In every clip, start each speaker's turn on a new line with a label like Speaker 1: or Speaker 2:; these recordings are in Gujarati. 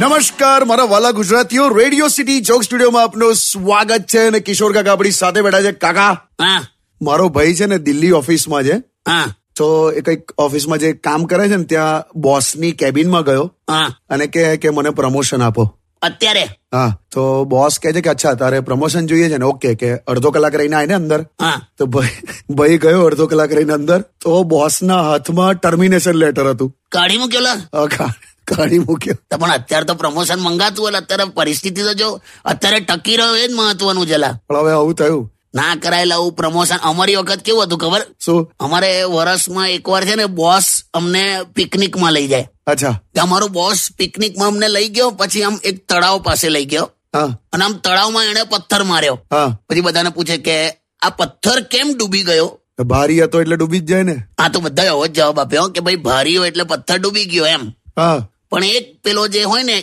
Speaker 1: નમસ્કાર મારા વાલા ગુજરાતીઓ રેડિયો સિટી જોક સ્ટુડિયોમાં આપનું સ્વાગત છે અને કિશોર કાકા આપણી સાથે બેઠા છે કાકા
Speaker 2: હા
Speaker 1: મારો ભાઈ છે ને દિલ્હી ઓફિસમાં છે
Speaker 2: હા
Speaker 1: તો એ કંઈક ઓફિસમાં જે કામ કરે છે ને ત્યાં બોસની કેબિનમાં ગયો
Speaker 2: હા
Speaker 1: અને કે કે મને પ્રમોશન આપો
Speaker 2: અત્યારે
Speaker 1: હા તો બોસ કહે છે કે અચ્છા તારે પ્રમોશન જોઈએ છે ને ઓકે કે અડધો કલાક રહીને આય ને અંદર
Speaker 2: હા
Speaker 1: તો ભાઈ ભાઈ ગયો અડધો કલાક રહીને અંદર તો બોસના હાથમાં ટર્મિનેશન લેટર હતું
Speaker 2: કાઢી મૂકેલો
Speaker 1: આ કા- કાઢી મૂક્યો
Speaker 2: તો પણ અત્યારે તો પ્રમોશન મંગાતું એટલે અત્યારે પરિસ્થિતિ તો જો અત્યારે ટકી રહ્યો એ જ મહત્વનું છે લા.
Speaker 1: પણ હવે આવું થયું
Speaker 2: ના કરાયેલા આવું પ્રમોશન અમારી વખત કેવું હતું ખબર
Speaker 1: શું
Speaker 2: અમારે વર્ષમાં એકવાર છે ને બોસ અમને પિકનિકમાં લઈ જાય
Speaker 1: અચ્છા
Speaker 2: તો અમારો બોસ પિકનિકમાં અમને લઈ ગયો પછી આમ એક તળાવ પાસે લઈ ગયો
Speaker 1: હા
Speaker 2: અને આમ તળાવમાં એણે પથ્થર માર્યો
Speaker 1: હા
Speaker 2: પછી બધાને પૂછે કે આ પથ્થર કેમ ડૂબી ગયો
Speaker 1: ભારી હતો એટલે ડૂબી જ જાય ને
Speaker 2: આ તો બધા એવો જ જવાબ આપ્યો કે ભાઈ ભારી હોય એટલે પથ્થર ડૂબી ગયો એમ
Speaker 1: હા
Speaker 2: પણ એક પેલો જે હોય ને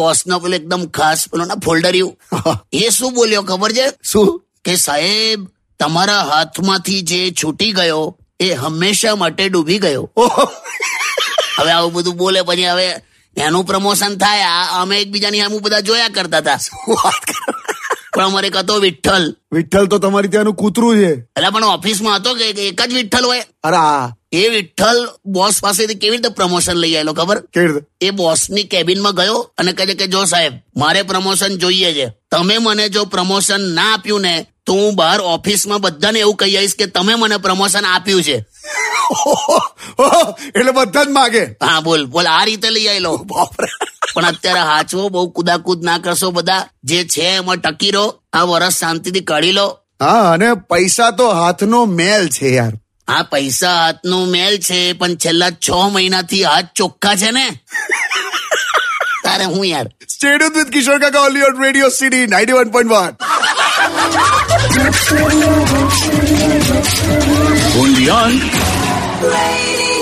Speaker 2: બોસનો પેલો એકદમ ખાસ પેલો ના ફોલ્ડરિયું
Speaker 1: હા.
Speaker 2: એ શું બોલ્યો ખબર છે
Speaker 1: શું
Speaker 2: કે સાહેબ તમારા હાથમાંથી જે છૂટી ગયો એ હંમેશા માટે ડૂબી ગયો
Speaker 1: ઓહો.
Speaker 2: હવે આવું બધું બોલે પછી હવે એનું પ્રમોશન થાય આ અમે એકબીજાની સામે બધા જોયા કરતા હતા પણ અમારે એક હતો વિઠ્ઠલ
Speaker 1: વિઠ્ઠલ તો તમારી ત્યાંનું કૂતરું છે
Speaker 2: એટલે પણ ઓફિસમાં હતો કે એક જ વિઠ્ઠલ હોય
Speaker 1: અરે આ
Speaker 2: એ વિઠ્ઠલ બોસ પાસેથી કેવી રીતે પ્રમોશન લઈ આવેલો ખબર
Speaker 1: કેવી રીતે
Speaker 2: એ બોસની કેબિનમાં ગયો અને કહે છે કે જો સાહેબ મારે પ્રમોશન જોઈએ છે તમે મને જો પ્રમોશન ના આપ્યું ને તો હું બહાર ઓફિસમાં બધાને એવું કહી આવીશ કે તમે મને પ્રમોશન આપ્યું છે
Speaker 1: ઓહો. ઓહો. એટલે બધા જ માગે
Speaker 2: હા બોલ બોલ આ રીતે લઈ આવેલો પણ અત્યારે હાચવો બહુ કુદાકુદ ના કરશો બધા જે છે એમાં ટકી રહો આ વરસ શાંતિથી કાઢી લો
Speaker 1: હા અને પૈસા તો હાથનો મેલ છે યાર
Speaker 2: આ પૈસા હાથનું મેલ છે પણ છેલ્લા છ મહિનાથી હાથ ચોખ્ખા છે ને તારે હું યાર
Speaker 1: સ્ટેડિયમ વિથ કિશોર કાકા ઓલી on radio city ninety one point one
Speaker 3: Un guión
Speaker 4: Radio